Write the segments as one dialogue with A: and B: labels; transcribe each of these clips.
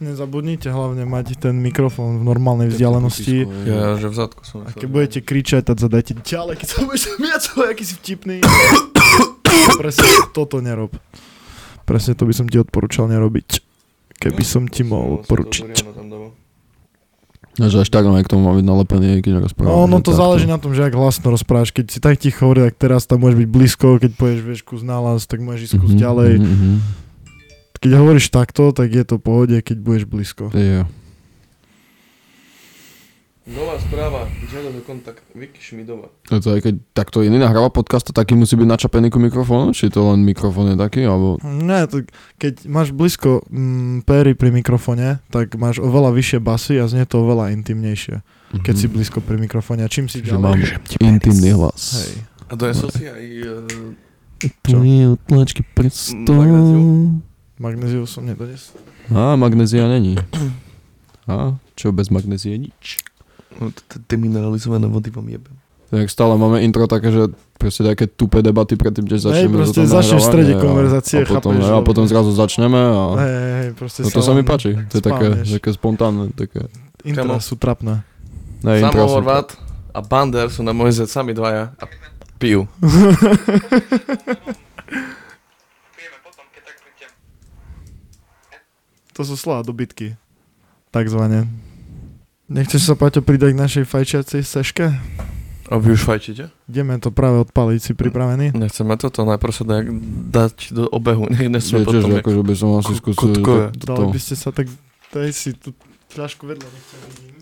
A: Nezabudnite hlavne mať ten mikrofón v normálnej vzdialenosti.
B: Ja, že v zadku som.
A: A keď budete kričať, tak zadajte ďalej, keď sa budeš smiať, svoj, aký si vtipný. Presne toto nerob. Presne to by som ti odporúčal nerobiť. Keby som ti mohol odporučiť.
C: No, že až tak máme k tomu má byť nalepený, keď rozprávame.
A: No, ono to záleží na tom, že ak hlasno rozprávaš. Keď si tak ticho hovorí, tak teraz tam môžeš byť blízko, keď povieš, vieš, kus nálaz, tak môžeš ísť kus ďalej.
C: Mm-hmm.
A: Keď hovoríš takto, tak je to v pohode, keď budeš blízko.
C: Yeah.
B: Nová správa, žiadame kontakt, Vicky Šmidová.
C: A to aj keď takto iný nahráva podcast, to taký musí byť načapený ku mikrofónu? Či to len mikrofón je taký? Alebo...
A: Ne, tak keď máš blízko mm, pery pri mikrofone, tak máš oveľa vyššie basy a znie to oveľa intimnejšie, keď si blízko pri mikrofone. A čím si
C: Mhm. Mm. Že mám
A: ďalej...
C: intimný hlas.
A: Hej.
B: A donesol si aj... Uh,
C: Tu je utlačky prstov.
B: Magnéziu?
A: Magnéziu som nedonesol.
C: Á, magnézia není. Á, čo bez magnézie nič.
B: No, demineralizované vody vám jebem.
C: Tak stále máme intro také, že proste také tupé debaty predtým,
A: Hej,
C: než začneme
A: proste
C: toto
A: začneš v strede
C: nahrávanie a-
A: konverzácie,
C: a potom,
A: chápeš,
C: a
A: lebo-
C: potom zrazu začneme a...
A: Hej, hej, hej, proste
C: No to sa
A: len
C: mi páči, to je také,
A: spálneš.
C: také spontánne, také...
A: Intra
B: Kamo.
A: sú trapné.
C: Ne, intro
B: Samo
C: som-
B: Horvat a Bander sú na môj zet sami dvaja a pijú.
A: To sú slova dobytky.
C: Mm.
A: Takzvané. Nechceš sa, Paťo, pridať k našej fajčiacej seške?
B: A vy už fajčíte?
A: Ideme to práve odpaliť, si pripravený?
B: Nechceme toto, najprv sa dá- dať do obehu, nech nesme
C: Viete, že
B: potom.
C: akože by som asi
B: Ku-
C: skúsil...
B: kutkové.
C: to- to-
A: Dali by ste sa tak... Daj si tú fľašku vedľa, nech ťa vidím.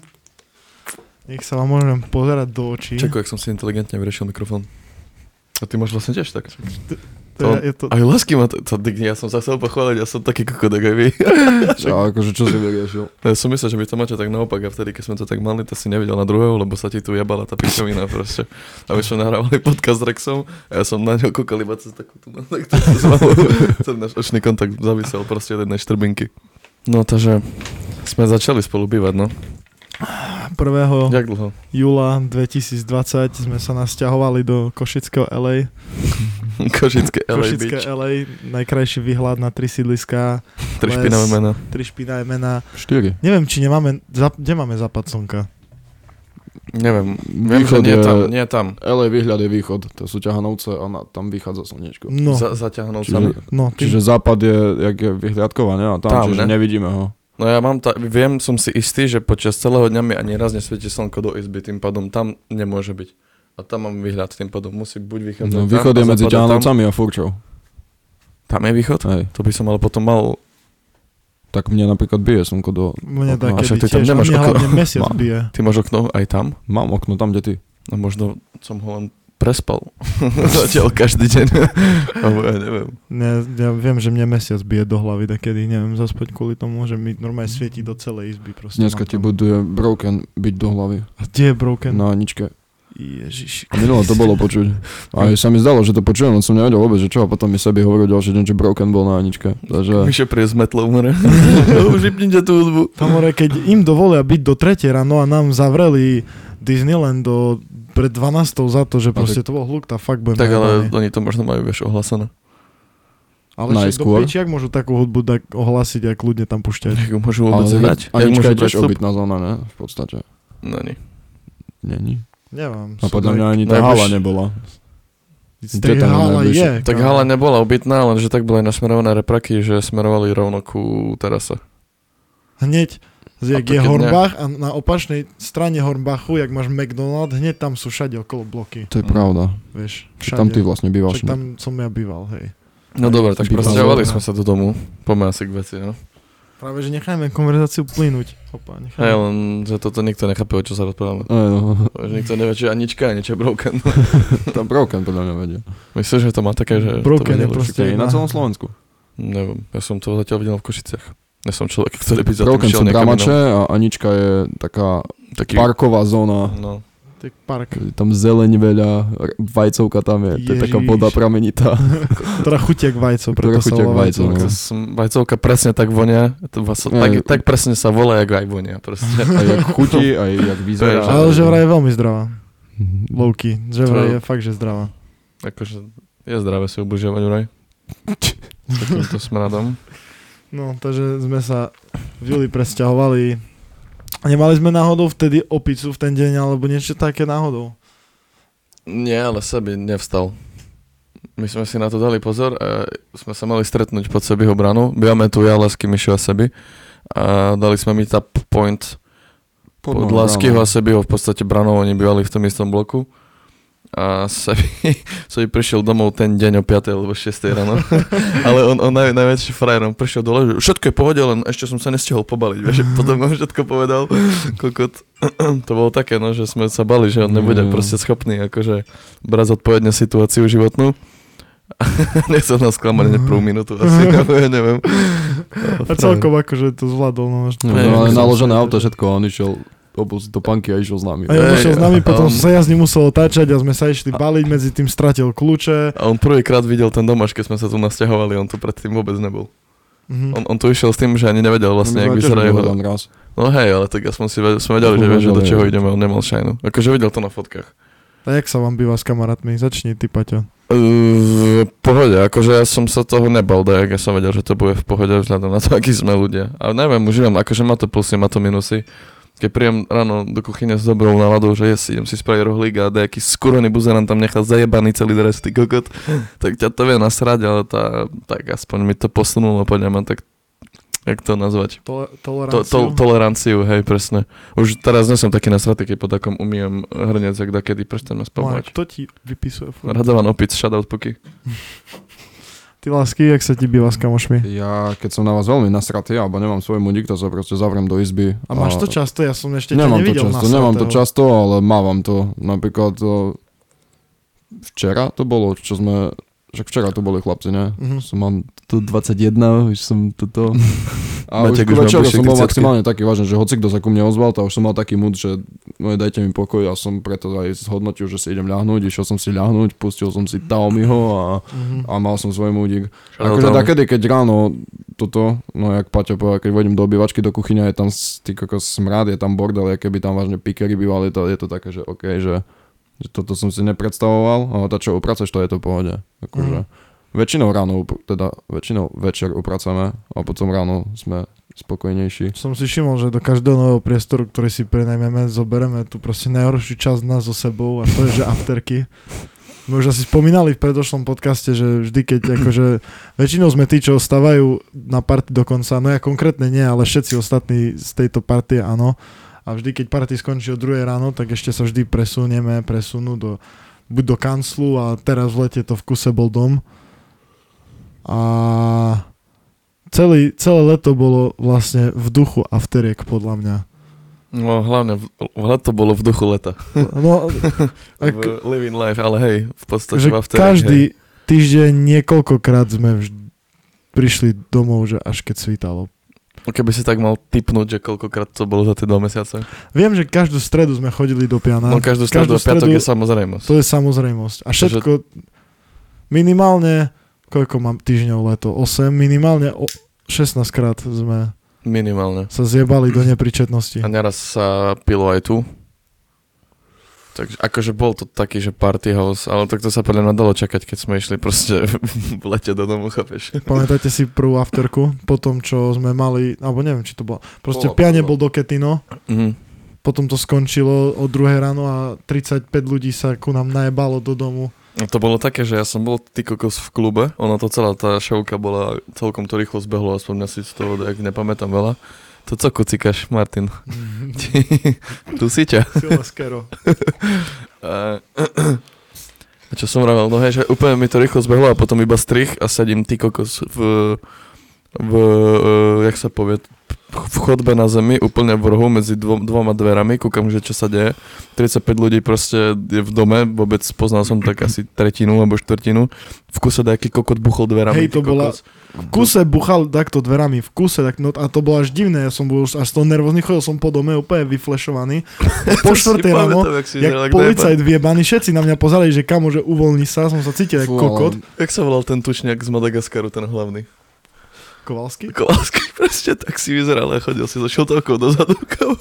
A: Nech sa vám môžem pozerať do očí.
B: Čakuj, ak som si inteligentne vyriešil mikrofón. A ty máš vlastne tiež tak.
A: to je, je to...
B: Aj lásky ma to, to digni, ja som sa chcel pochváliť, ja som taký kokot, ako aj vy.
C: Čo, akože čo si vyriešil?
B: Ja som myslel, že vy to máte tak naopak a vtedy, keď sme to tak mali, to si nevidel na druhého, lebo sa ti tu jebala tá pičovina proste. A my sme nahrávali podcast s Rexom a ja som na ňo kúkal iba cez takú tú tak to sa zvalo. Ten náš očný kontakt zavisel proste od jednej štrbinky. No takže sme začali spolu bývať, no.
A: 1.
B: Jak dlho?
A: júla 2020 sme sa nasťahovali do Košického LA.
B: Košické LA
A: Košické
B: Beach.
A: LA, najkrajší výhľad na tri sídliská,
B: Tri špinavé
A: les.
B: mená.
A: tri špinavé mená.
C: 4.
A: Neviem, či nemáme, za, kde máme západ slnka.
B: Neviem, viem, že
C: Východ
B: nie
C: je-
B: tam, nie tam.
C: LA výhľad je východ, to sú ťahanovce a na, tam vychádza slnečko.
A: No,
B: Za, zaťahnul
C: Čiže-
B: sa mi.
A: no, ty,
C: Čiže západ je, jak je vyhliadková, ne? A tam,
B: Tam,
C: tam čiže
B: ne?
C: ne? nevidíme ho.
B: No ja mám ta, viem, som si istý, že počas celého dňa mi ani raz nesvieti slnko do izby, tým pádom tam nemôže byť. A tam mám výhľad, tým pádom musí buď vychádzať
C: No,
B: tam,
C: východ je
B: a
C: medzi
B: zapadá tam,
C: Ťahanovcami a Furčou.
B: tam je východ?
C: Hej.
B: To by som ale potom mal...
C: Tak mne napríklad bije slnko do...
A: mne
C: No,
A: dá,
B: a však
A: kedy
B: ty tam
A: tiež, a
B: nemáš
A: mne
B: okno.
A: hlavne mesiac
C: Mám.
A: bije.
B: Ty máš okno aj tam?
C: Mám okno tam, kde ty.
B: No možno som ho len prespal. Zatiaľ každý deň. Alebo ja neviem.
A: Ne, ja viem, že mne mesiac bije do hlavy, tak kedy neviem zaspať kvôli tomu, že mi normálne svieti do celej izby. Proste
C: Dneska
A: mám
C: ti
A: tam-
C: buduje broken byť do hlavy.
A: A kde je broken?
C: Na ničke.
A: Ježiši.
C: No. A minule to bolo počuť. A aj sa mi zdalo, že to počujem, len som nevedel vôbec, že čo. A potom mi sebi hovoril ďalší deň, že broken bol na ničke. Takže...
B: Myšo príde s metlou, more. Už vypnite tú hudbu.
A: Tam more, keď im dovolia byť do 3 ráno a nám zavreli Disneyland do pred 12 za to, že
C: tak-
A: proste to bol hluk, tá fakt budem
B: Tak ale
A: najebani.
B: oni to možno majú, vieš, ohlasené.
A: ale však do
C: najskôr.
A: piči, jak môžu takú hudbu tak ohlasiť a kľudne tam pušťať.
B: Jak ju môžu
C: Ale
B: vôbec hrať?
C: a
B: Jak
C: nička
B: môžu
C: je tiež
B: prestúpiť?
C: obytná zóna, ne? V podstate.
B: No nie.
C: Není.
A: Neviem. sú
C: A No, podľa
A: tak-
C: mňa ani tá
B: najbliž-
C: hala nebola.
A: Tak
C: Kde tam
A: hala
C: najbližšie?
A: je.
B: Tak
A: kámo.
B: hala nebola obytná, lenže tak boli nasmerované repraky, že smerovali rovno ku terase.
A: Hneď z-
B: A
A: jak
B: to
A: je
B: keď ne-
A: Hornbach a na opačnej strane Hornbachu, jak máš McDonald, hneď tam sú všade okolo bloky,
C: To je pravda.
A: vieš.
C: Však tam ty
A: všade.
C: vlastne bývaš.
A: Však tam som ja býval, hej.
B: No dobre, tak
C: Bývalo.
B: presťahovali sme sa do domu. Poďme asi k veci, no.
A: Práve, že nechajme konverzáciu plynúť. Opa,
B: Hej,
A: nechajme.
B: len, že toto nikto nechápe, o čo sa rozprávame.
C: Aj, no.
B: Že nikto nevie, čo je Anička, ani čo je Broken.
C: Tam broken podľa mňa vedie.
B: Myslíš, že to má také, že... to
A: Broken je
B: vedelo, že-
A: proste-
C: Proste je na celom Slovensku.
B: Neviem, ja som to zatiaľ videl v Košiciach. Ja som človek, ktorý by za tým
C: Broken
B: šiel
C: sú
B: niekam
C: dramače
B: inom.
C: a Anička je taká
B: Taký...
C: parková zóna.
B: No.
A: Ty park.
C: Je Tam zeleň veľa, r- vajcovka tam je. To je taká
A: Ježiš.
C: voda pramenitá.
A: Teda chutie k vajcu, preto
C: Ktorá
A: sa
C: chutia k
A: volá
C: vajcu,
A: vajcu.
C: no.
B: To som, vajcovka presne tak vonia, to vás, tak,
C: Aj.
B: tak presne sa volá, ako aj vonia, proste.
C: Aj jak chutí, aj jak vyzerá.
B: To je-
A: Ale že vraj je veľmi zdravá.
C: Mhm.
A: Lovky. Že
B: To-
A: vraj je fakt, že zdravá.
B: Akože je zdravé si ubližovať vraj. S Takýmto smradom.
A: No, takže sme sa v júli presťahovali. Nemali sme náhodou vtedy opicu v ten deň, alebo niečo také náhodou.
B: Nie, ale Sebi nevstal. My sme si na to dali pozor a sme sa mali stretnúť pod Sebiho branou. Bývame tu ja, Lesky, Mišo a Sebi. A dali sme meetup point pod, pod Laskyho a Sebiho. V podstate branou oni bývali v tom istom bloku. A Sebi, Sebi prišiel domov ten deň o 5. alebo 6. ráno. ale on, on naj, najväčší frajer, on prišiel dole, že všetko je v pohode, len ešte som sa nestihol pobaliť. Vieš, že potom on všetko povedal. Kokot. To bolo také, no, že sme sa bali, že on nebude
C: Mm.
B: proste schopný akože brať zodpovedne situáciu životnú. Nechcel nás klamať hneď prvú minútu asi, alebo ja neviem.
A: A celkom akože to zvládol. No, až...
C: No,
B: Neviem,
C: ale
B: ako som
C: naložené auto, všetko, a on išiel obul si do panky a išiel s nami.
A: A ja
B: Ej,
A: došiel s nami, potom
B: um,
A: som sa ja s ním musel otáčať a sme sa išli baliť, medzi tým stratil kľúče.
B: A on prvýkrát videl ten dom, až keď sme sa tu nasťahovali, on tu predtým vôbec nebol.
A: Mhm.
B: On, on tu išiel s tým, že ani nevedel vlastne, jak vyzerá jeho...
C: Len raz.
B: No hej, ale tak aspoň si vedel, sme vedeli, že
C: Aspoň
B: vieš, že do
C: vedeli,
B: čoho
C: hej.
B: ideme, on nemal šajnu. Akože videl to na fotkách.
A: A jak sa vám býva s kamarátmi? Začni ty, Paťo.
B: Uh, v pohode, akože ja som sa toho nebal, dajak ja som vedel, že to bude v pohode vzhľadom na to, akí sme ľudia. A neviem, užívam, akože má to plusy, má to minusy. Keď príjem ráno do kuchyne s dobrou náladou, že jes, idem si spraviť rohlík a nejaký skurvený buzerant tam nechá zajebaný celý dres, ty kokot, tak ťa to vie nasrať, ale tá, tak aspoň mi to posunulo, podľa mňa, tak jak to nazvať?
A: Tole-
B: To, to,
A: toleranciu?
B: toleranciu, hej, presne. Už teraz nie som taký nasratý, keď po takom umiem hrnec, jak dakedy prstem
A: Marek,
B: naspavovať.
A: to ti vypisuje furt.
B: Radovan Opic, shoutout Puky.
A: Ty lásky, jak sa ti býva s kamošmi?
C: Ja, keď som na vás veľmi nasratý, alebo nemám svojmu nikto, sa proste zavriem do izby.
A: A máš to často? Ja som ešte ťa
C: nemám to
A: nevidel
C: často,
A: na
C: nemám to
A: svetého.
C: často, ale mávam to. Napríklad to... včera to bolo, čo sme... Však včera to boli chlapci, ne?
A: Mhm.
C: Som mám to 21, už som toto... A
B: Maťak
C: už
B: už má
C: večer
B: bližšie
C: som
B: k
C: bol
B: 30-ke.
C: maximálne taký vážne, že hoci kto sa ku mne ozval, tak už som mal taký mood, že no, dajte mi pokoj a som preto aj zhodnotil, že si idem ľahnúť, išiel som si ľahnúť, pustil som si Taomiho a,
A: Mhm.
C: a mal som svoj múdik.
B: Shoutout
C: Akože
B: Taomi.
C: takedy, keď ráno toto, no jak Paťo povedal, keď vojdem do obývačky, do kuchyne, je tam s- ty kokos smrad, je tam bordel, je keby tam vážne pikery bývali, to, je to také, že OK, že, že toto som si nepredstavoval, ale to čo upraceš, to je to v pohode. Akože, Väčšinou ráno, upr- teda väčšinou večer upracame a potom ráno sme spokojnejší.
A: Som si všimol, že do každého nového priestoru, ktorý si prenajmeme, zoberieme tu proste najhoršiu časť nás so sebou a to je, že afterky. My už asi spomínali v predošlom podcaste, že vždy keď akože väčšinou sme tí, čo ostávajú na party dokonca, no ja konkrétne nie, ale všetci ostatní z tejto partie áno. A vždy keď party skončí o 2 ráno, tak ešte sa vždy presunieme, presunú do, buď do kanclu a teraz v lete to v kuse bol dom. A celý, celé leto bolo vlastne v duchu afteriek, podľa mňa.
B: No hlavne, v- hlavne to bolo v duchu leta.
A: No,
B: Tak,
A: ak,
B: living life, ale hej, v podstate
A: že
B: v afterách,
A: každý
B: hej.
A: týždeň niekoľkokrát sme vž- prišli domov, že až keď svítalo.
B: Keby si tak mal typnúť, že koľkokrát to bolo za tie dva mesiace.
A: Viem, že každú stredu sme chodili do piana.
B: No každú stredu a piatok je samozrejmosť.
A: To je samozrejmosť. A všetko minimálne, koľko mám týždňov leto? 8, minimálne o 16 krát sme
B: Minimálne.
A: sa zjebali do
B: A
A: nepričetnosti.
B: neraz sa pilo aj tu. Takže akože bol to taký, že party house, ale takto sa podľa mňa dalo čakať, keď sme išli proste v lete do domu, chápeš?
A: Pamätáte si prvú afterku? Po tom, čo sme mali, alebo neviem, či to bolo. Proste
C: Bola,
A: v piane
C: bola.
A: bol do Ketino.
B: Mhm.
A: Potom to skončilo o 2 ráno a 35 ľudí sa ku nám najebalo do domu.
B: A No To bolo také, že ja som bol ty kokos v klube, ona to celá tá šovka bola, celkom to rýchlo zbehlo, aspoň mňa si z toho, ak nepamätám veľa. To co kucikaš, Martin? Ti- tu si ťa. A, a čo som vravel, no hej, že úplne mi to rýchlo zbehlo a potom iba strich a sedím ty kokos v, v, e, jak sa povie, v chodbe na zemi, úplne v rohu medzi dvo, dvoma dverami, kúkam, že čo sa deje. 35 ľudí proste je v dome, vôbec poznal som tak asi tretinu alebo štvrtinu. V kuse nejaký kokot buchol dverami.
A: Hej, to
B: ty
A: bola-
B: kokos.
A: V kuse buchal takto dverami, v kuse tak, no a to bolo až divné, ja som bol už až z toho nervózny, chodil som po dome úplne vyflešovaný. Po
B: Si
A: štvrtej ráno,
B: pamätám, jak si
A: jak
B: vyzeral, jak
A: policajt vyjebaný, všetci na mňa pozerali, že kamo, že uvoľni sa, som sa cítil ako
C: Fú, ale-
A: kokot.
B: najeba- Jak sa volal ten tučniak z Madagaskaru, ten hlavný?
A: Kovalsky?
B: Kovalský proste tak si vyzeral a chodil si so šiltovkou dozadu. kámo.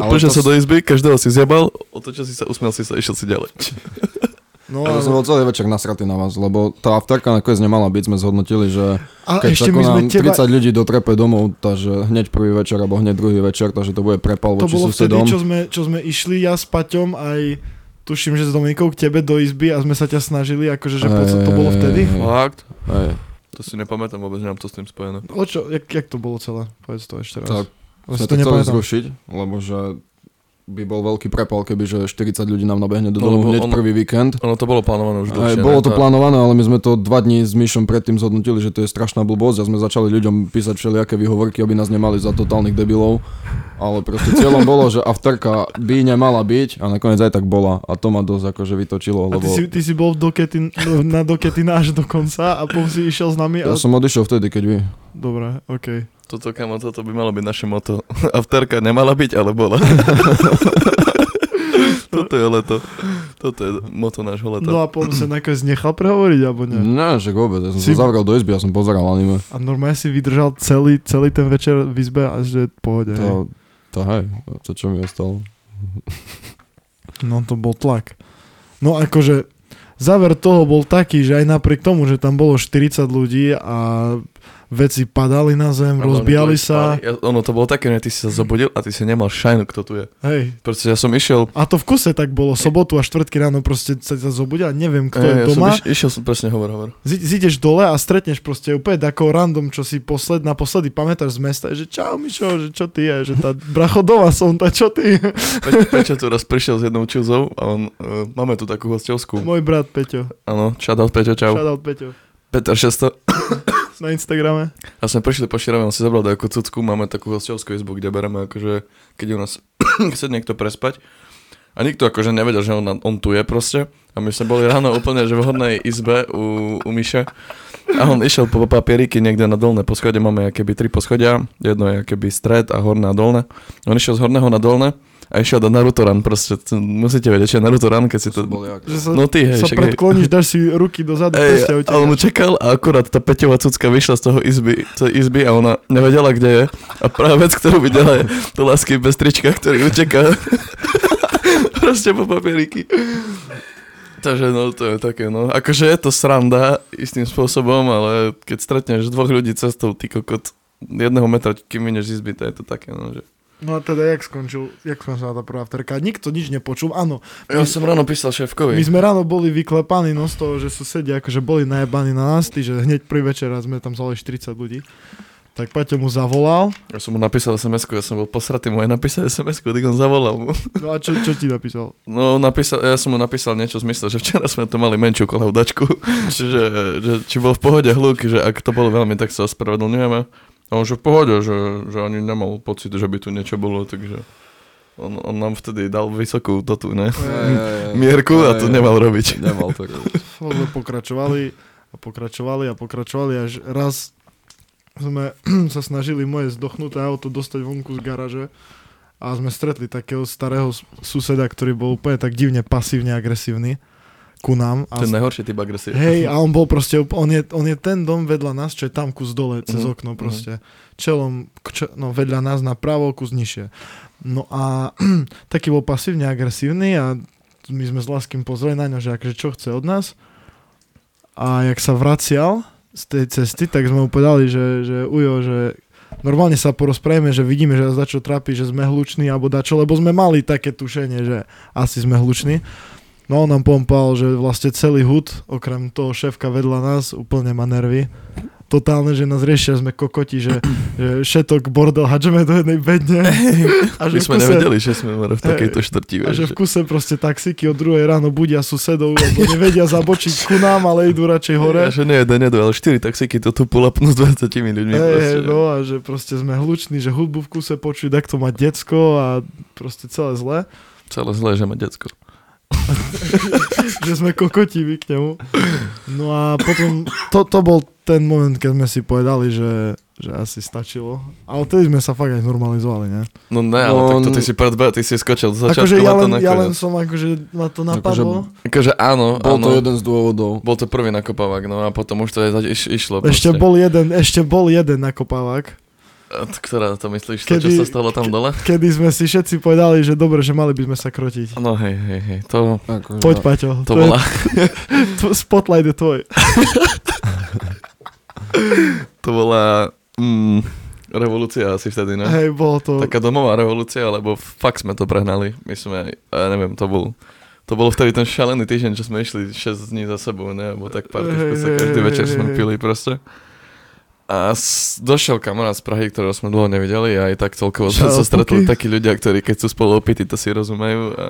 C: Ale
B: Prišiel
C: to
B: sa
C: s-
B: do izby, každého si zjabal, otočil si sa, usmial si sa, išiel si ďalej.
A: No,
C: Ja som bol celý večer nasratý na vás, lebo tá afterka nakoniec nemala byť, sme zhodnotili, že
A: a
C: keď
A: No, ešte
C: ešte
A: my sme teba...
C: 30 ľudí dotrepe domov, takže hneď prvý večer alebo hneď druhý večer, takže to bude prepal
A: To
C: voči
A: bolo vtedy,
C: susedom.
A: čo sme, čo sme išli ja s Paťom aj tuším, že s Dominikou k tebe do izby a sme sa ťa snažili, akože, že poď to bolo vtedy.
C: Ej.
B: Fakt?
C: Hej,
B: To si nepamätám vôbec, že mám to s tým spojené.
A: O čo, jak, jak to bolo celé? Povedz to ešte raz.
C: tak
A: Ale si
C: sme
A: to
C: to chceli
A: nepamätám.
C: zrušiť, lebo že by bol veľký prepal, keby že 40 ľudí nám nabehne do
B: No,
C: domu
B: lebo
C: hneď
B: on-
C: prvý víkend.
B: Ono to bolo plánované už
C: Aj,
B: dlhšie.
C: bolo
B: ne?
C: to
B: Tá-
C: plánované, ale my sme to dva dní s Myšom predtým zhodnotili, že to je strašná blbosť a sme začali ľuďom písať všelijaké výhovorky, aby nás nemali za totálnych debilov. Ale proste cieľom bolo, že afterka by nemala byť a nakoniec aj tak bola. A to ma dosť akože vytočilo,
A: A ty
C: lebo...
A: si, ty si bol v dokety, na doketina až do konca a potom si išiel s nami a...
C: Ja som odišiel vtedy, keď vy.
A: Dobre, okej.
B: Toto, kamo, toto by malo byť naše moto. Avterka nemala byť, ale bola. toto je leto. Toto je moto nášho leta.
A: No a potom sa nakoniec nechal prehovoriť, alebo nie?
C: Ne, že vôbec, ja som
A: Si-
C: sa zavrel do izby, ja som pozeral anime.
A: A normálne si vydržal celý, celý ten večer v izbe a že v pohode. hej.
C: To, to hej, to čo mi ostalo.
A: No to bol tlak. No akože záver toho bol taký, že aj napriek tomu, že tam bolo 40 ľudí a veci padali na zem,
B: A
A: rozbijali sa.
B: hlavne spali. Ja, ono to bolo také, že ty si sa zobudil a ty si nemal šajnu, kto tu je.
A: Hej.
B: Pretože ja som išiel...
A: A to v kuse tak bolo, sobotu a štvrtky ráno proste sa ťa zobudia, neviem kto
B: Eh,
A: je
B: ja
A: doma.
B: Som iš, išiel som, presne hovor, hovor.
A: Zi- Zídeš dole a stretneš proste úplne takého random, čo si posled, naposledy pamätáš z mesta, že čau Mišo, že čo ty je, že tá bracho doma som, tá čo ty je.
B: Pe- Peťo tu raz prišiel s jednou čuzou a on... Uh, máme tu takú hostovskú.
A: Môj brat Peťo,
B: Áno, shoutout Peťo, čau.
A: shoutout Peťo,
B: Peter 600.
A: na Instagrame.
B: A sme prišli po Širave, on si zobral takú cucku, máme takú hostovskú izbu, kde bereme akože, keď u nás chce niekto prespať. A nikto akože nevedel, že on, na- on tu je proste. A my sme boli ráno úplne že v hodnej izbe u, u Miše. A on išiel po papieriky niekde na dolné poschode, máme akéby tri poschodia. Jedno je akéby stred a horné a dolné. On išiel z horného na dolné a išiel do Naruto Run proste. To Musíte vedieť, čo je Naruto Run, keď si to...
A: Že sa,
B: No ty, hej,
A: sa
B: však hej.
A: predkloníš, dáš si ruky dozadu,
B: Ej,
A: prste
B: ale no mu čakal a akurát tá Peťová cucka vyšla z toho izby, z tej izby a ona nevedela, kde je. A práve vec, ktorú videla, je to lásky bez trička, ktorý uteká. Proste po papieriky. Takže no, to je také, no. Akože je to sranda istým spôsobom, ale keď stretneš dvoch ľudí cestou, ty kokot, jedného metra, kým mineš z izby, to je to také, no, že...
A: No a teda, jak skončil, jak skončila tá prvá vterka? Nikto nič nepočul, áno.
B: Ja som ráno písal šéfkovi.
A: My sme ráno boli vyklepaní, no z toho, že susedia akože boli najebaní na nás, tí, že hneď prvý večer a sme tam zali 40 ľudí. Tak Paťo mu zavolal.
B: Ja som mu napísal sms ja som bol posratý, mu aj napísal sms tak on zavolal mu.
A: No a čo, čo ti napísal?
B: No, napísal, ja som mu napísal niečo z mysle, že včera sme tu mali menšiu kolaudačku, že, že či bol v pohode hluk, že ak to bolo veľmi, tak sa ospravedlňujeme. A on že v pohode, že, že ani nemal pocit, že by tu niečo bolo, takže on, on nám vtedy dal vysokú dotu, ne? Mierku a to nemal robiť.
C: Nemal to robiť.
A: Lebo pokračovali a pokračovali a pokračovali, až raz sme sa snažili moje zdochnuté auto dostať vonku z garaže a sme stretli takého starého s- suseda, ktorý bol úplne tak divne pasívne agresívny ku nám. A
B: Ten najhorší typ agresie.
A: Hej, a on bol proste, úpl- on je, on je ten dom vedľa nás, čo je tam kus dole, cez
B: Mhm,
A: okno
B: mhm.
A: proste. Čelom, k č- no vedľa nás na pravo, kus nižšie. No a taký bol pasívne agresívny a my sme s Laským pozreli na ňo, že akože čo chce od nás. A jak sa vracial z tej cesty, tak sme mu povedali, že, že ujo, že normálne sa porozprávame, že vidíme, že nás dačo trápi, že sme hluční alebo dačo, lebo sme mali také tušenie, že asi sme hluční. No a on nám pompal, že vlastne celý hud, okrem toho šéfka vedľa nás, úplne má nervy. Totálne, že nás riešia, sme kokoti, že, že šetok, bordel, hadžeme do jednej bedne. A
B: My
A: že v
B: sme
A: kuse-
B: nevedeli, že sme v takejto štvrti,
A: a
B: vieš.
A: že
B: že-
A: v kuse proste taxíky od druhej ráno budia susedov, lebo nevedia zabočiť ku nám, ale idú radšej hore.
B: A Že nie jeden, nedo, ale štyri taxíky to tu polapnú s 20 ľuďmi. proste.
A: Hey, no a že proste sme hluční, že hudbu v kuse počuť, tak to má decko a proste celé zlé.
B: Celé zlé, že má decko.
A: že sme kokotiví k nemu. No a potom, to, to bol ten moment, keď sme si povedali, že, že asi stačilo. Ale vtedy sme sa fakt aj normalizovali, ne?
B: No ne, ale
C: No,
B: tak to ty
C: no.
B: si pred ty si skočil z začiatku
A: Akože ja
B: leta
A: len,
B: na
A: ja
B: koniec.
A: len som, akože ma to napadlo.
C: Akože
B: Akože áno,
C: Bol
B: áno.
C: to jeden z dôvodov.
B: Bol to prvý nakopávak, no a potom už to je, zač- iš, išlo.
A: Ešte
B: proste.
A: bol jeden, ešte bol jeden nakopávak.
B: A t- ktorá to myslíš? To, čo
A: Kedy-
B: sa stalo tam dole?
A: Kedy sme si všetci povedali, že dobre, že mali by sme sa krotiť.
B: No hej, hej, hej, to,
C: Akože,
A: Poď, Paťo.
B: to bola...
A: Je, tvo- spotlight je tvoj.
B: To bola mm, revolúcia asi vtedy, no. ne?
A: Hej, bolo to...
B: Taká domová revolúcia, lebo fakt sme to prehnali. My sme, ja neviem, to bol... To bolo vtedy ten šalený týždeň, čo sme išli 6 dní za sebou, ne? Alebo tak pár
A: Hej,
B: hey, sa
A: hej,
B: každý
A: hej,
B: večer
A: hej,
B: sme
A: hej.
B: pili proste. A s, došiel kamarát z Prahy, ktorého sme dlho nevideli a aj tak celkovo sme
A: Čau,
B: sa stretli
A: puky.
B: takí ľudia, ktorí keď sú spolu opity, to si rozumejú a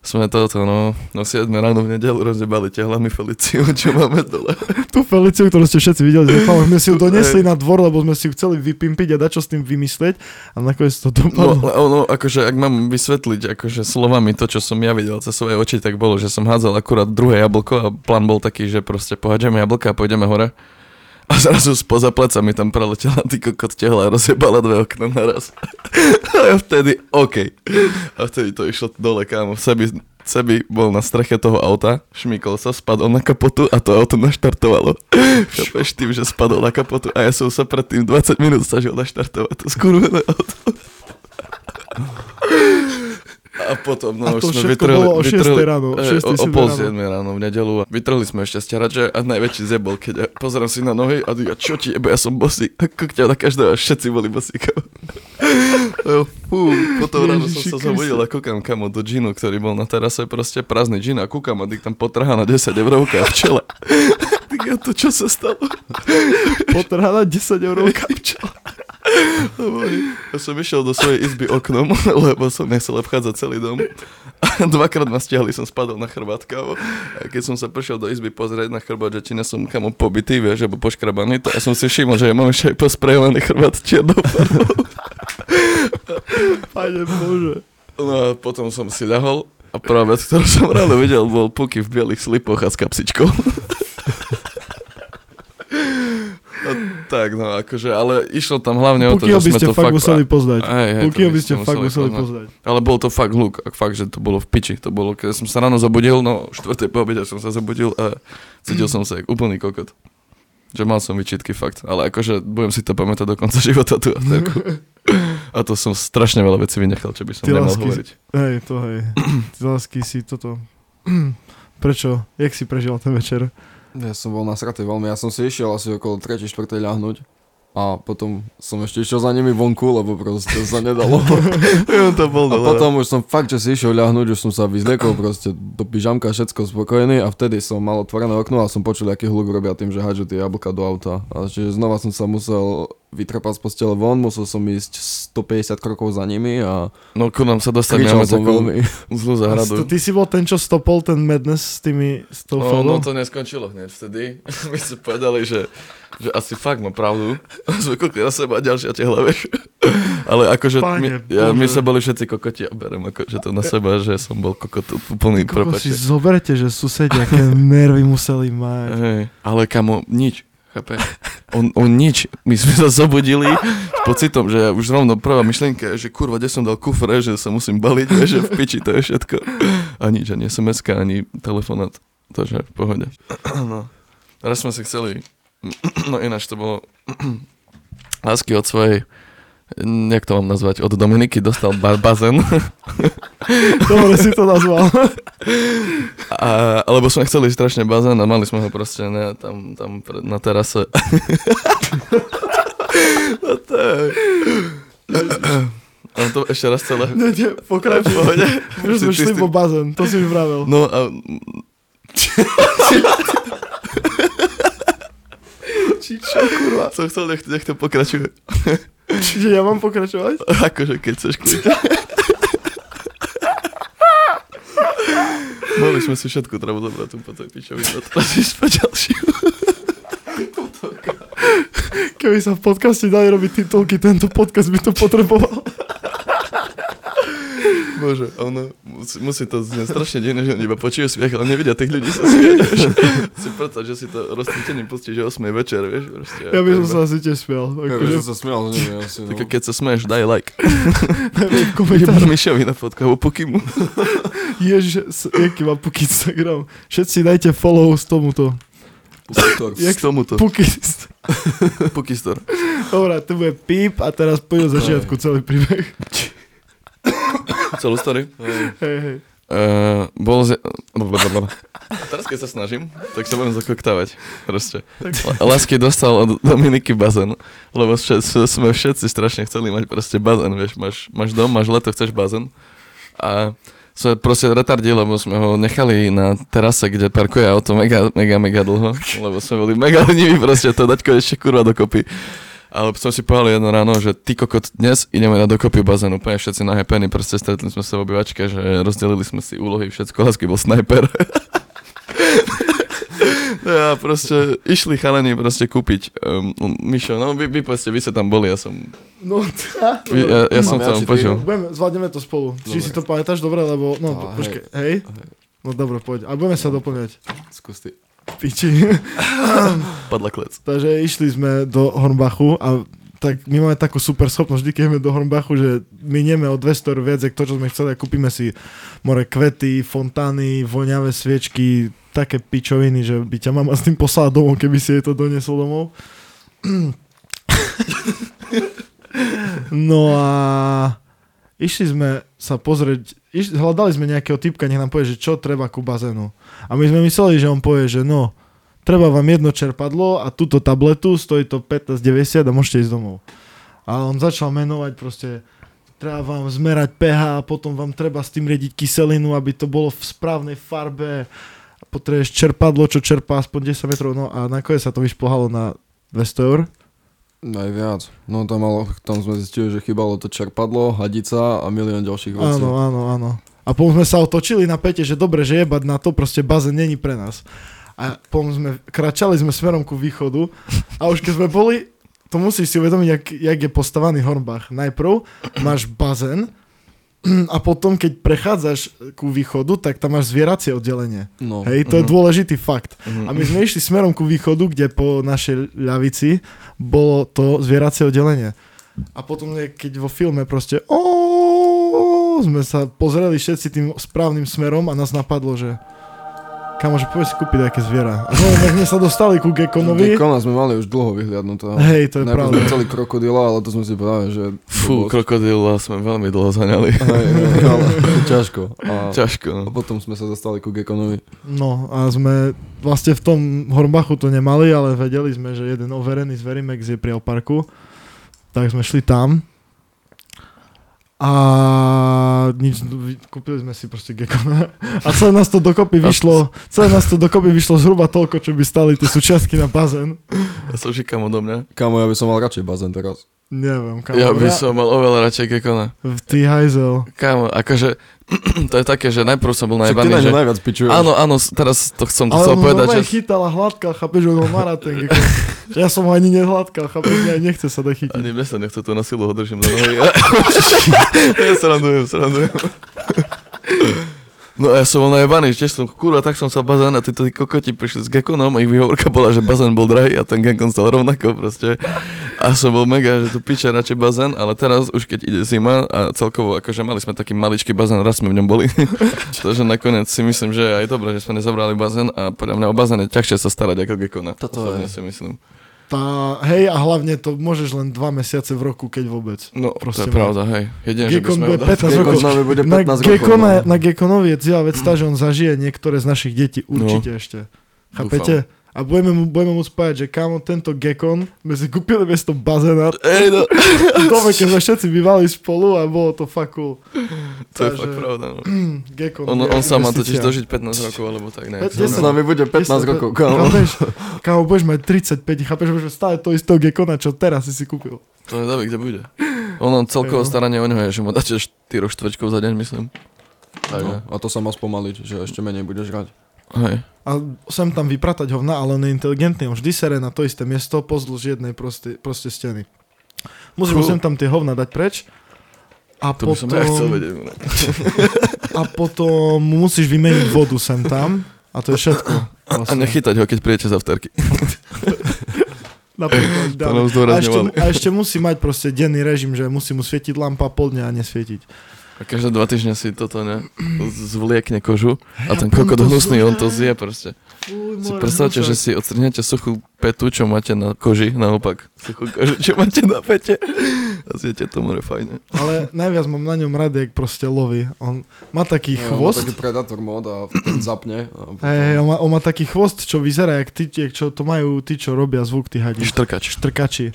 B: sme toto, no, no 7 ráno v nedelu rozebali tehlami Feliciu, čo máme dole.
A: Tú Feliciu, ktorú ste všetci videli, že my si ju donesli na dvor, lebo sme si ju chceli vypimpiť a dať čo s tým vymyslieť a nakoniec to
B: No,
A: dopadlo.
B: ale ono, akože, ak mám vysvetliť akože slovami to, čo som ja videl cez svoje oči, tak bolo, že som hádzal akurát druhé jablko a plán bol taký, že proste pohádžeme jablka a pôjdeme hore. A zrazu spoza pleca mi tam preletela ty kokot tehla a rozjebala dve okna naraz. a ja vtedy, OK. A vtedy to išlo dole, kámo. Sebi, Sebi bol na streche toho auta, šmykol sa, spadol na kapotu a to auto naštartovalo. Chápeš tým, že spadol na kapotu a ja som sa predtým 20 minút snažil naštartovať to skurvené auto. A potom, no,
A: A to
B: už
A: všetko
B: sme vytrhli,
A: bolo o
B: vytrhli,
A: 6:00 ráno, o
B: eh,
A: 6:00,
B: o, o pol
A: 7:00
B: 7 ráno v nedelu a vytrhli sme ešte stierače a najväčší zebol, keď ja pozerám si na nohy a diga, čo ti jebe, ja som bosý. A kokťa na každého, a všetci boli bosí, kamo. Jo, Fú, potom ráno som
A: Ježiši
B: sa zobudil a kúkam kamo do džinu, ktorý bol na terase, proste prázdny džin a kúkam a dik tam potrhá na 10 eurovka v čele. Diga, to čo sa stalo?
A: Potrhá na 10 eur
B: kapčala. Ja som išiel do svojej izby oknom, lebo som nechcel obchádzať celý dom. A dvakrát ma stiahli, som spadol na chrbát, kávo. A keď som sa prišiel do izby pozrieť na chrbát, že či nie som kamo pobitý, vieš, alebo poškrabaný, to ja som si všimol, že ja mám ešte aj posprejovaný chrbát čiernou
A: Pane Bože.
B: No a potom som si ľahol a prvá vec, ktorú som ráno videl, bol puky v bielých slipoch a s kapsičkou. no, tak, no akože, ale išlo tam hlavne o to,
A: Pukyho
B: že
A: by
B: sme
A: ste
B: to
A: fakt
B: fakt...
A: museli poznať.
B: Hej, hej, to
A: Pukyho by
B: ste
A: ste fakt museli
B: poznať.
A: poznať.
B: Ale bol to fakt hluk, ak fakt, že to bolo v piči. To bolo, keď som sa ráno zobudil, no o 4. po obede som sa zobudil a cítil som sa jak úplný kokot. Že mal som vyčitky fakt, ale akože budem si to pamätať do konca života tú afterku. A to som strašne veľa vecí vynechal, čo by som
A: Ty
B: nemal
A: lásky-
B: hovoriť.
A: Hej, to hej. Ty lásky si toto... Prečo? Jak si prežil ten večer?
C: Ja som bol nasratý veľmi, ja som si išiel asi okolo 3. 4. ľahnuť. A potom som ešte išiel za nimi vonku, lebo proste sa nedalo.
B: Ja, to bol
C: A potom už som fakt, že si išiel ľahnúť, už som sa vyzliekol proste do pyžamka, všetko spokojený a vtedy som mal otvorené okno a som počul, aký hluk robia tým, že hádžu tie jablka do auta. A čiže znova som sa musel vytrpať z postele von, musel som ísť 150 krokov za nimi a
B: No ku nám sa
C: kričal
B: dostaneme
C: som
B: takú
C: veľmi.
B: zlú
A: To,
B: záhradu.
A: ty si bol ten, čo stopol ten Madness s tými... S tou
B: No,
A: faunou?
B: no to neskončilo hneď vtedy. My sme povedali, že, že asi fakt má pravdu. Sme kúkli na seba a ďalšia tehla, vieš. Ale akože
A: Pane
B: my, ja, my
A: Bože.
B: sa boli všetci kokoti a berem akože to na seba, že som bol kokot úplný
A: Koko si
B: prepačte.
A: zoberte, že susedia, aké nervy museli mať.
B: Hej, ale kamo, nič. Chápeš? On, on nič. My sme sa zobudili s pocitom, že ja už rovno prvá myšlienka je, že kurva, kde som dal kufre, že sa musím baliť, vieš, že v piči to je všetko. A nič, ani sms ani telefonát. Takže v pohode. No. Raz sme si chceli, no ináč to bolo lásky od svojej jak to mám nazvať, od Dominiky dostal ba- bazén.
A: Dobre si to nazval.
B: A, alebo sme chceli strašne bazén a mali sme ho proste ne, tam, tam pre, na terase. no tak. A to ešte raz celé.
A: Nie, nie, pokračuj.
B: Pohode.
A: No, Už sme šli po bazén, to si mi vravel.
B: No a... Či čo, kurva? Som chcel, nech, nech to pokračuje.
A: Čiže ja mám pokračovať?
B: Akože keď chceš kľud. Mali sme si všetko treba zobrať tu po tej pičovi. A teraz po ďalšiu.
A: Keby sa v podcaste dali robiť titulky, tento podcast by to potreboval.
B: Bože, a ono musí, musí to znieť strašne divne, že oni iba počujú smiech, ale nevidia tých ľudí sa smieť. vieš. si predstav, že si to roztrtením pustíš že 8 večer, vieš. Proste,
A: Ja by som sa asi tiež smial.
C: Ja
A: Akože,
C: som sa smial z nimi no. asi.
B: Tak keď sa smeješ, daj like.
A: neviem, komentár.
B: Jebám Mišovi na fotku, alebo Pukimu.
A: Ježiš, s- jaký má Puky Instagram. Všetci dajte follow z tomuto.
C: no.
B: Jak tomuto.
A: Puky,
B: Pukistor.
A: Dobre, to bude píp a teraz poď od začiatku celý príbeh.
B: Celú story. Hej.
A: Hej, hej.
B: Uh, bol z... blablabla. A teraz keď sa snažím, tak sa budem zakoktávať. Proste. L- Lásky dostal od Dominiky bazén, lebo vše- s- sme všetci strašne chceli mať proste bazén, vieš, máš, máš dom, máš leto, chceš bazén. A sme proste retardí, lebo sme ho nechali na terase, kde parkuje auto mega, mega, mega dlho, lebo sme boli mega leniví proste to dať konečne kurva dokopy. Ale som si povedal jedno ráno, že ty kokot, dnes ideme na dokopy bazén, úplne všetci nahepení, proste stretli sme sa v obývačke, že rozdelili sme si úlohy, všetko, lásky bol snajper. No a proste išli chalani proste kúpiť. Um, Mišo, no vy, vy proste, vy ste tam boli, ja som,
A: No, tá.
B: vy, ja, ja som
C: Mám ja
B: tam
C: či ty?
B: počul.
A: Budeme, zvládneme to spolu. Či
B: Dobre.
A: si to pamätáš dobre, lebo... No,
C: No,
A: po- počkaj, hej. No dobre, poď. A budeme sa doplňať.
C: Skús ty.
A: Piči.
B: Padla klec.
A: Takže išli sme do Hornbachu a tak my máme takú super schopnosť, vždy keď ideme do Hornbachu, že minieme o 200 eur viac, jak to, čo sme chceli a kúpime si more kvety, fontány, voňavé sviečky, také pičoviny, že by ťa mama s tým poslala domov, keby si jej to donesol domov. No a išli sme sa pozrieť, iš, hľadali sme nejakého typka, nech nám povie, že čo treba ku bazénu. A my sme mysleli, že on povie, že no, treba vám jedno čerpadlo a túto tabletu, stojí to 15,90 a môžete ísť domov. A on začal menovať proste, treba vám zmerať pH, potom vám treba s tým riediť kyselinu, aby to bolo v správnej farbe. Potrebuješ čerpadlo, čo čerpá aspoň 10 metrov. No a nakoniec sa to vyšplhalo na 200 eur.
C: Najviac. No tam, malo, tam sme zistili, že chýbalo to čerpadlo, hadica a milión ďalších vecí.
A: Áno, áno, áno. A potom sme sa otočili na pete, že dobre, že jebať na to, proste bazén není pre nás. A potom sme, kračali sme smerom ku východu a už keď sme boli, to musíš si uvedomiť, jak, jak je postavaný Hornbach. Najprv máš bazén a potom, keď prechádzaš ku východu, tak tam máš zvieracie oddelenie.
C: No.
A: Hej, to je dôležitý fakt.
B: Mhm. Mm.
A: A my sme išli smerom ku východu, kde po našej ľavici bolo to zvieracie oddelenie. A potom, je, keď vo filme proste "Ó", sme sa pozreli všetci tým správnym smerom a nás napadlo, že kamože, poď si kúpiť nejaké zviera. A znova sme sa dostali ku Gekonovi.
C: Gekona sme mali už dlho vyhliadnutého.
A: Hej, to je
C: Najprv
A: pravda.
C: sme chceli krokodila, ale to sme si povedali, že...
B: Fú,
C: blbosť.
B: krokodila sme veľmi dlho zaňali.
C: Hej, hej, ale ťažko. A,
B: Ťažko, no.
C: a potom sme sa dostali ku Gekonovi.
A: No a sme vlastne v tom Hornbachu to nemali, ale vedeli sme, že jeden overený zverimex je pri Elparku, tak sme šli tam a nič, no, kúpili sme si proste gekona a celé nás to dokopy vyšlo, celé nás to dokopy vyšlo zhruba toľko, čo by stali tie súčiastky na bazén.
B: Ja som žikam odo mňa.
C: Kamo, ja by som mal radšej bazén teraz.
A: Neviem, kam.
B: Ja by som mal oveľa radšej Gekona.
A: Ty hajzel.
B: Kámo, akože, to je také, že najprv som bol
C: Však ty
B: najebaný,
C: na
B: No, že...
C: ňu najviac pičuješ.
B: Áno, áno, s- teraz to chcem, to
A: Ale
C: no,
B: chcel
A: on
B: povedať,
A: normálne
B: že...
A: chytal a hladkal, chápeš, že on ho mará ten gekon. Ja som ho ani nehladkal, chápeš, mňa aj nechce sa dochytiť.
B: Ani mne sa nechce, tu na silu ho držím za nohy. ja srandujem, srandujem. No a ja som bol najebaný, že tiež som, kurva, tak som sa bazán a títo tí kokoti prišli s Gekonom a ich výhovorka bola, že bazán bol drahý a ten Gekon stal rovnako proste. A som bol mega, že tu piče radšej bazén, ale teraz už keď ide zima a celkovo, akože mali sme taký maličký bazén, raz sme v ňom boli. Takže nakoniec si myslím, že je aj dobré, že sme nezabrali bazén a podľa mňa o bazén je ťažšie sa starať ako Gekona.
C: Toto
B: Osobne
C: je.
B: si myslím.
A: Tá, hej, a hlavne to môžeš len 2 mesiace v roku, keď vôbec.
B: No,
A: Proste
B: to je
A: ma-
B: pravda, hej. Jedine, že by
A: Gekon
B: sme
A: bude
B: ho dali-
A: 15 rokov.
C: Gekonovi bude 15
A: Na,
C: rokov.
B: no.
A: Gekona, na Gekonovi je celá
B: Mm.
A: vec tá, že on zažije niektoré z našich detí
B: No.
A: určite ešte. Chápete? A budeme mu, budeme mu spájať, že kámo, tento Gekon, my si kúpili miesto bazéna.
B: Ej, no,
A: V dobe, keď sme všetci bývali spolu a bolo to fakt cool.
B: to je
A: Takže-
B: fakt pravda. No.
A: Gekon.
B: On,
A: je
B: on sa má
A: investícia.
B: totiž dožiť 15 rokov, alebo tak nejak.
A: Pe-
C: S nami bude 15 rokov,
A: kámo.
C: kamo.
A: Chápeš? Kámo, budeš mať 35, chápeš, že budeš stále to istého Gekona, čo teraz si si kúpil.
B: To nedáme, kde bude. Ono celkovo
A: Jo.
B: staranie o neho je, že mu dáte 4 štvrťkov za deň, myslím.
C: No,
B: Takže,
C: a to sa má spomaliť, že ešte menej budeš hrať.
B: hej.
A: a sem tam vypratať hovna, ale on je inteligentný, on vždy sere na to isté miesto pozdĺž jednej proste, proste steny. Musím cool. sem
B: Cool.
A: tam tie hovna dať preč a
B: To by som
A: potom,
B: ja chcel vedieť. no.
A: a potom mu musíš vymeniť vodu sem tam a to je všetko. vlastne.
B: A nechytať ho, keď prídete z afterky.
A: Napríklad,
B: To
A: dáme.
B: nám
A: a, ešte,
B: zdôrazňovali.
A: a ešte musí mať proste denný režim, že musí mu svietiť lampa pol dňa a nesvietiť.
B: A každé dva týždne si toto ne, zvliekne kožu a ten kokot hnusný, on to zje proste. Si predstavte, že si odstrhnete suchú petu, čo máte na koži, naopak. Suchú kožu, čo máte na pete. A zjete to more fajne.
A: Ale najviac mám na ňom rád, jak proste loví. On má taký
B: No,
A: chvost.
C: Taký predátor mod a ten zapne. A potom...
A: Hej, hej, on, má, on má taký chvost, čo vyzerá, jak, ty, jak čo to majú tí, čo robia zvuk, tí hadi.
B: Štrkač.
A: štrkači.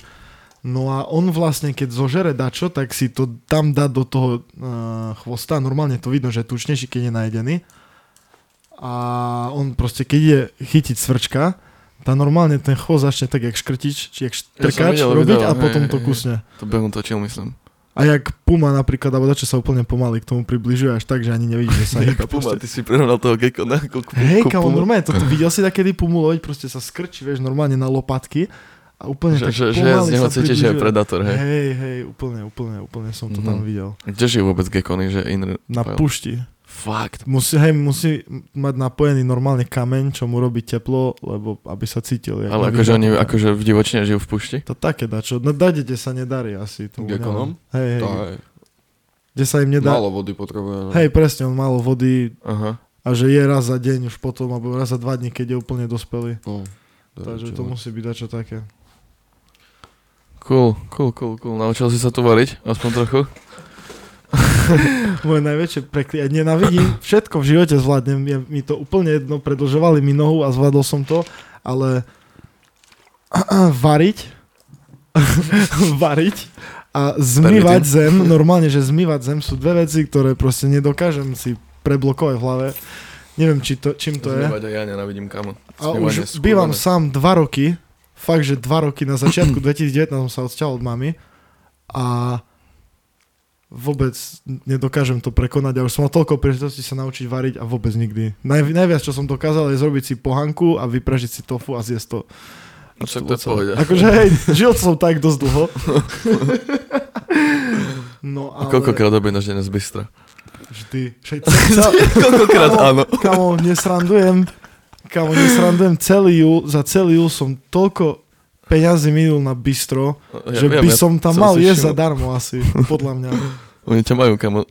A: No a on vlastne, keď zožere dačo, tak si to tam dá do toho uh, chvosta. Normálne to vidno, že je tučnejší, keď je najedený. A on proste, keď je chytiť svrčka, tá normálne ten chvost začne tak, jak škrtič, či jak štrkač
B: videl
A: robiť
B: video,
A: a
B: hej,
A: potom
B: hej,
A: to
B: hej.
A: kusne.
B: To behom točil, myslím.
A: A jak puma napríklad, alebo dačo sa úplne pomaly k tomu približuje až tak, že ani nevidí, že sa hýba.
B: Jak Puma,
A: proste.
B: ty si prirovnal toho gekona. ako ku-
A: Hej,
B: ku
A: kamo,
B: Pumu.
A: normálne, toto videl si takedy pumu loviť, proste sa skrčí, vieš, normálne na lopatky a úplne
B: Že,
A: tak
B: že, že z
A: pomaly
B: neho
A: sa
B: cítiš, že je
A: približuje.
B: predátor, hej.
A: Hej, hej, úplne, úplne, úplne som to
B: Mhm.
A: tam videl.
B: Kde žijú vôbec gekony, že in...
A: Na pušti.
B: Fakt.
A: Musí, hej, musí mať napojený normálne kameň, čo mu robí teplo, lebo aby sa cítil. jak na
B: Ale akože oni
A: výhľadu.
B: akože v divočine žijú v pušti.
A: To také dačo. No dadete sa nedarí asi. Tomu,
C: Gekonom?
A: neviem. Hej, hej.
C: To je.
A: Kde sa im nedá.
C: Málo vody potrebuje. no.
A: Hej, presne, on málo vody
B: Aha.
A: a že je raz za deň už potom, alebo raz za dva dní, keď je úplne dospelý.
C: No, to je
A: Takže
C: čo. no.
A: to musí byť dačo také.
B: Cool, cool, cool, cool. Naučil si sa tu variť? Aspoň trochu?
A: Moje najväčšie prekli... Ja nenavidím, všetko v živote zvládnem. Je mi to úplne jedno, predlžovali mi nohu a zvládol som to, ale variť, variť a zmývať zem, normálne, že zmývať zem sú dve veci, ktoré proste nedokážem si preblokovať v hlave. Neviem, či to, čím to je.
B: Zmývať aj ja nenavidím kamo.
A: A
B: Zmývanie
A: už
B: sú
A: bývam
B: kurvené.
A: sám dva roky, fakt, že dva roky, na začiatku 2019 som sa odsťahol od mami a vôbec nedokážem to prekonať a už som mal toľko príležitostí sa naučiť variť a vôbec nikdy. Naj, najviac, čo som dokázal, je zrobiť si pohanku a vypražiť si tofu a zjesť to.
B: No však to je pohode.
A: Akože hej, žil som tak dosť dlho. No ale
B: A koľkokrát objednáš deň z Bystra?
A: vždy. Všetci,
B: Koľkokrát
A: Kamo,
B: áno.
A: Kamo, nesrandujem. Kamo, nesrandujem celý júl. Za celý júl som toľko peňazí minul na bistro,
B: Ja-
A: že
B: ja
A: by
B: viac
A: som tam
B: som
A: mal
B: si všimol.
A: jesť zadarmo asi, podľa mňa.
B: Oni ťa majú kamo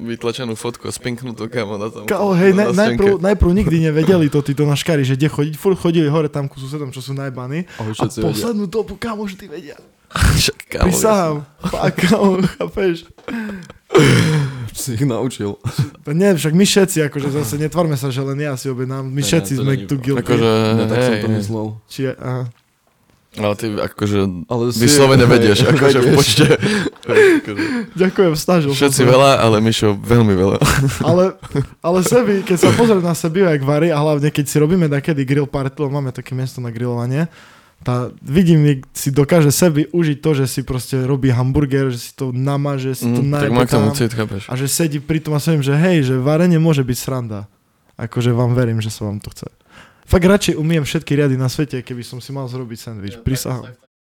B: vytlačenú fotku a spinknutú kamo na tom.
A: Kao, hej, ne,
B: na stenke.
A: najprv, najprv nikdy nevedeli to títo naškári, že kde chodiť. Fur chodili hore tam ku susedom, čo sú najbaní.
C: A už
A: A
C: všetci vedia.
A: poslednú dobu, kamo, vždy vedia.
B: Však, kamo,
A: Prisahám. Fakt, kamo, chápeš?
C: si ich naučil.
A: To Nie, však my všetci, akože zase netvarme sa, že len ja si objednám. My
C: To nie,
A: všetci
C: to
A: sme
C: není
A: tu
C: pravda.
A: guilty.
B: Akože,
C: Ja No, tak som
B: hej,
C: to
B: hej.
C: myslel.
A: Či, aha.
B: Ale ty akože
C: Ale si-
B: vyslovene
C: hej,
B: vedieš, akože v
C: vedieš.
B: počte. Akože
A: Ďakujem, snažil som
B: Všetci
A: sa.
B: veľa, ale Mišo veľmi veľa.
A: Ale, ale sebi, keď sa pozriem na sebi, jak varí a hlavne keď si robíme takedy grill party, lebo máme také miesto na grillovanie, tá, vidím, jak si dokáže sebi užiť to, že si proste robí hamburger, že si to namaže, si to
B: Mm, tak
A: najde
B: má k tomu
A: tam
B: cít, chápeš?
A: a že sedí pri tom a som im, že hej, že varenie môže byť sranda. Akože vám verím, že sa vám to chce. Fakt radšej umiem všetky riady na svete, keby som si mal zrobiť sandwich. Prisahám.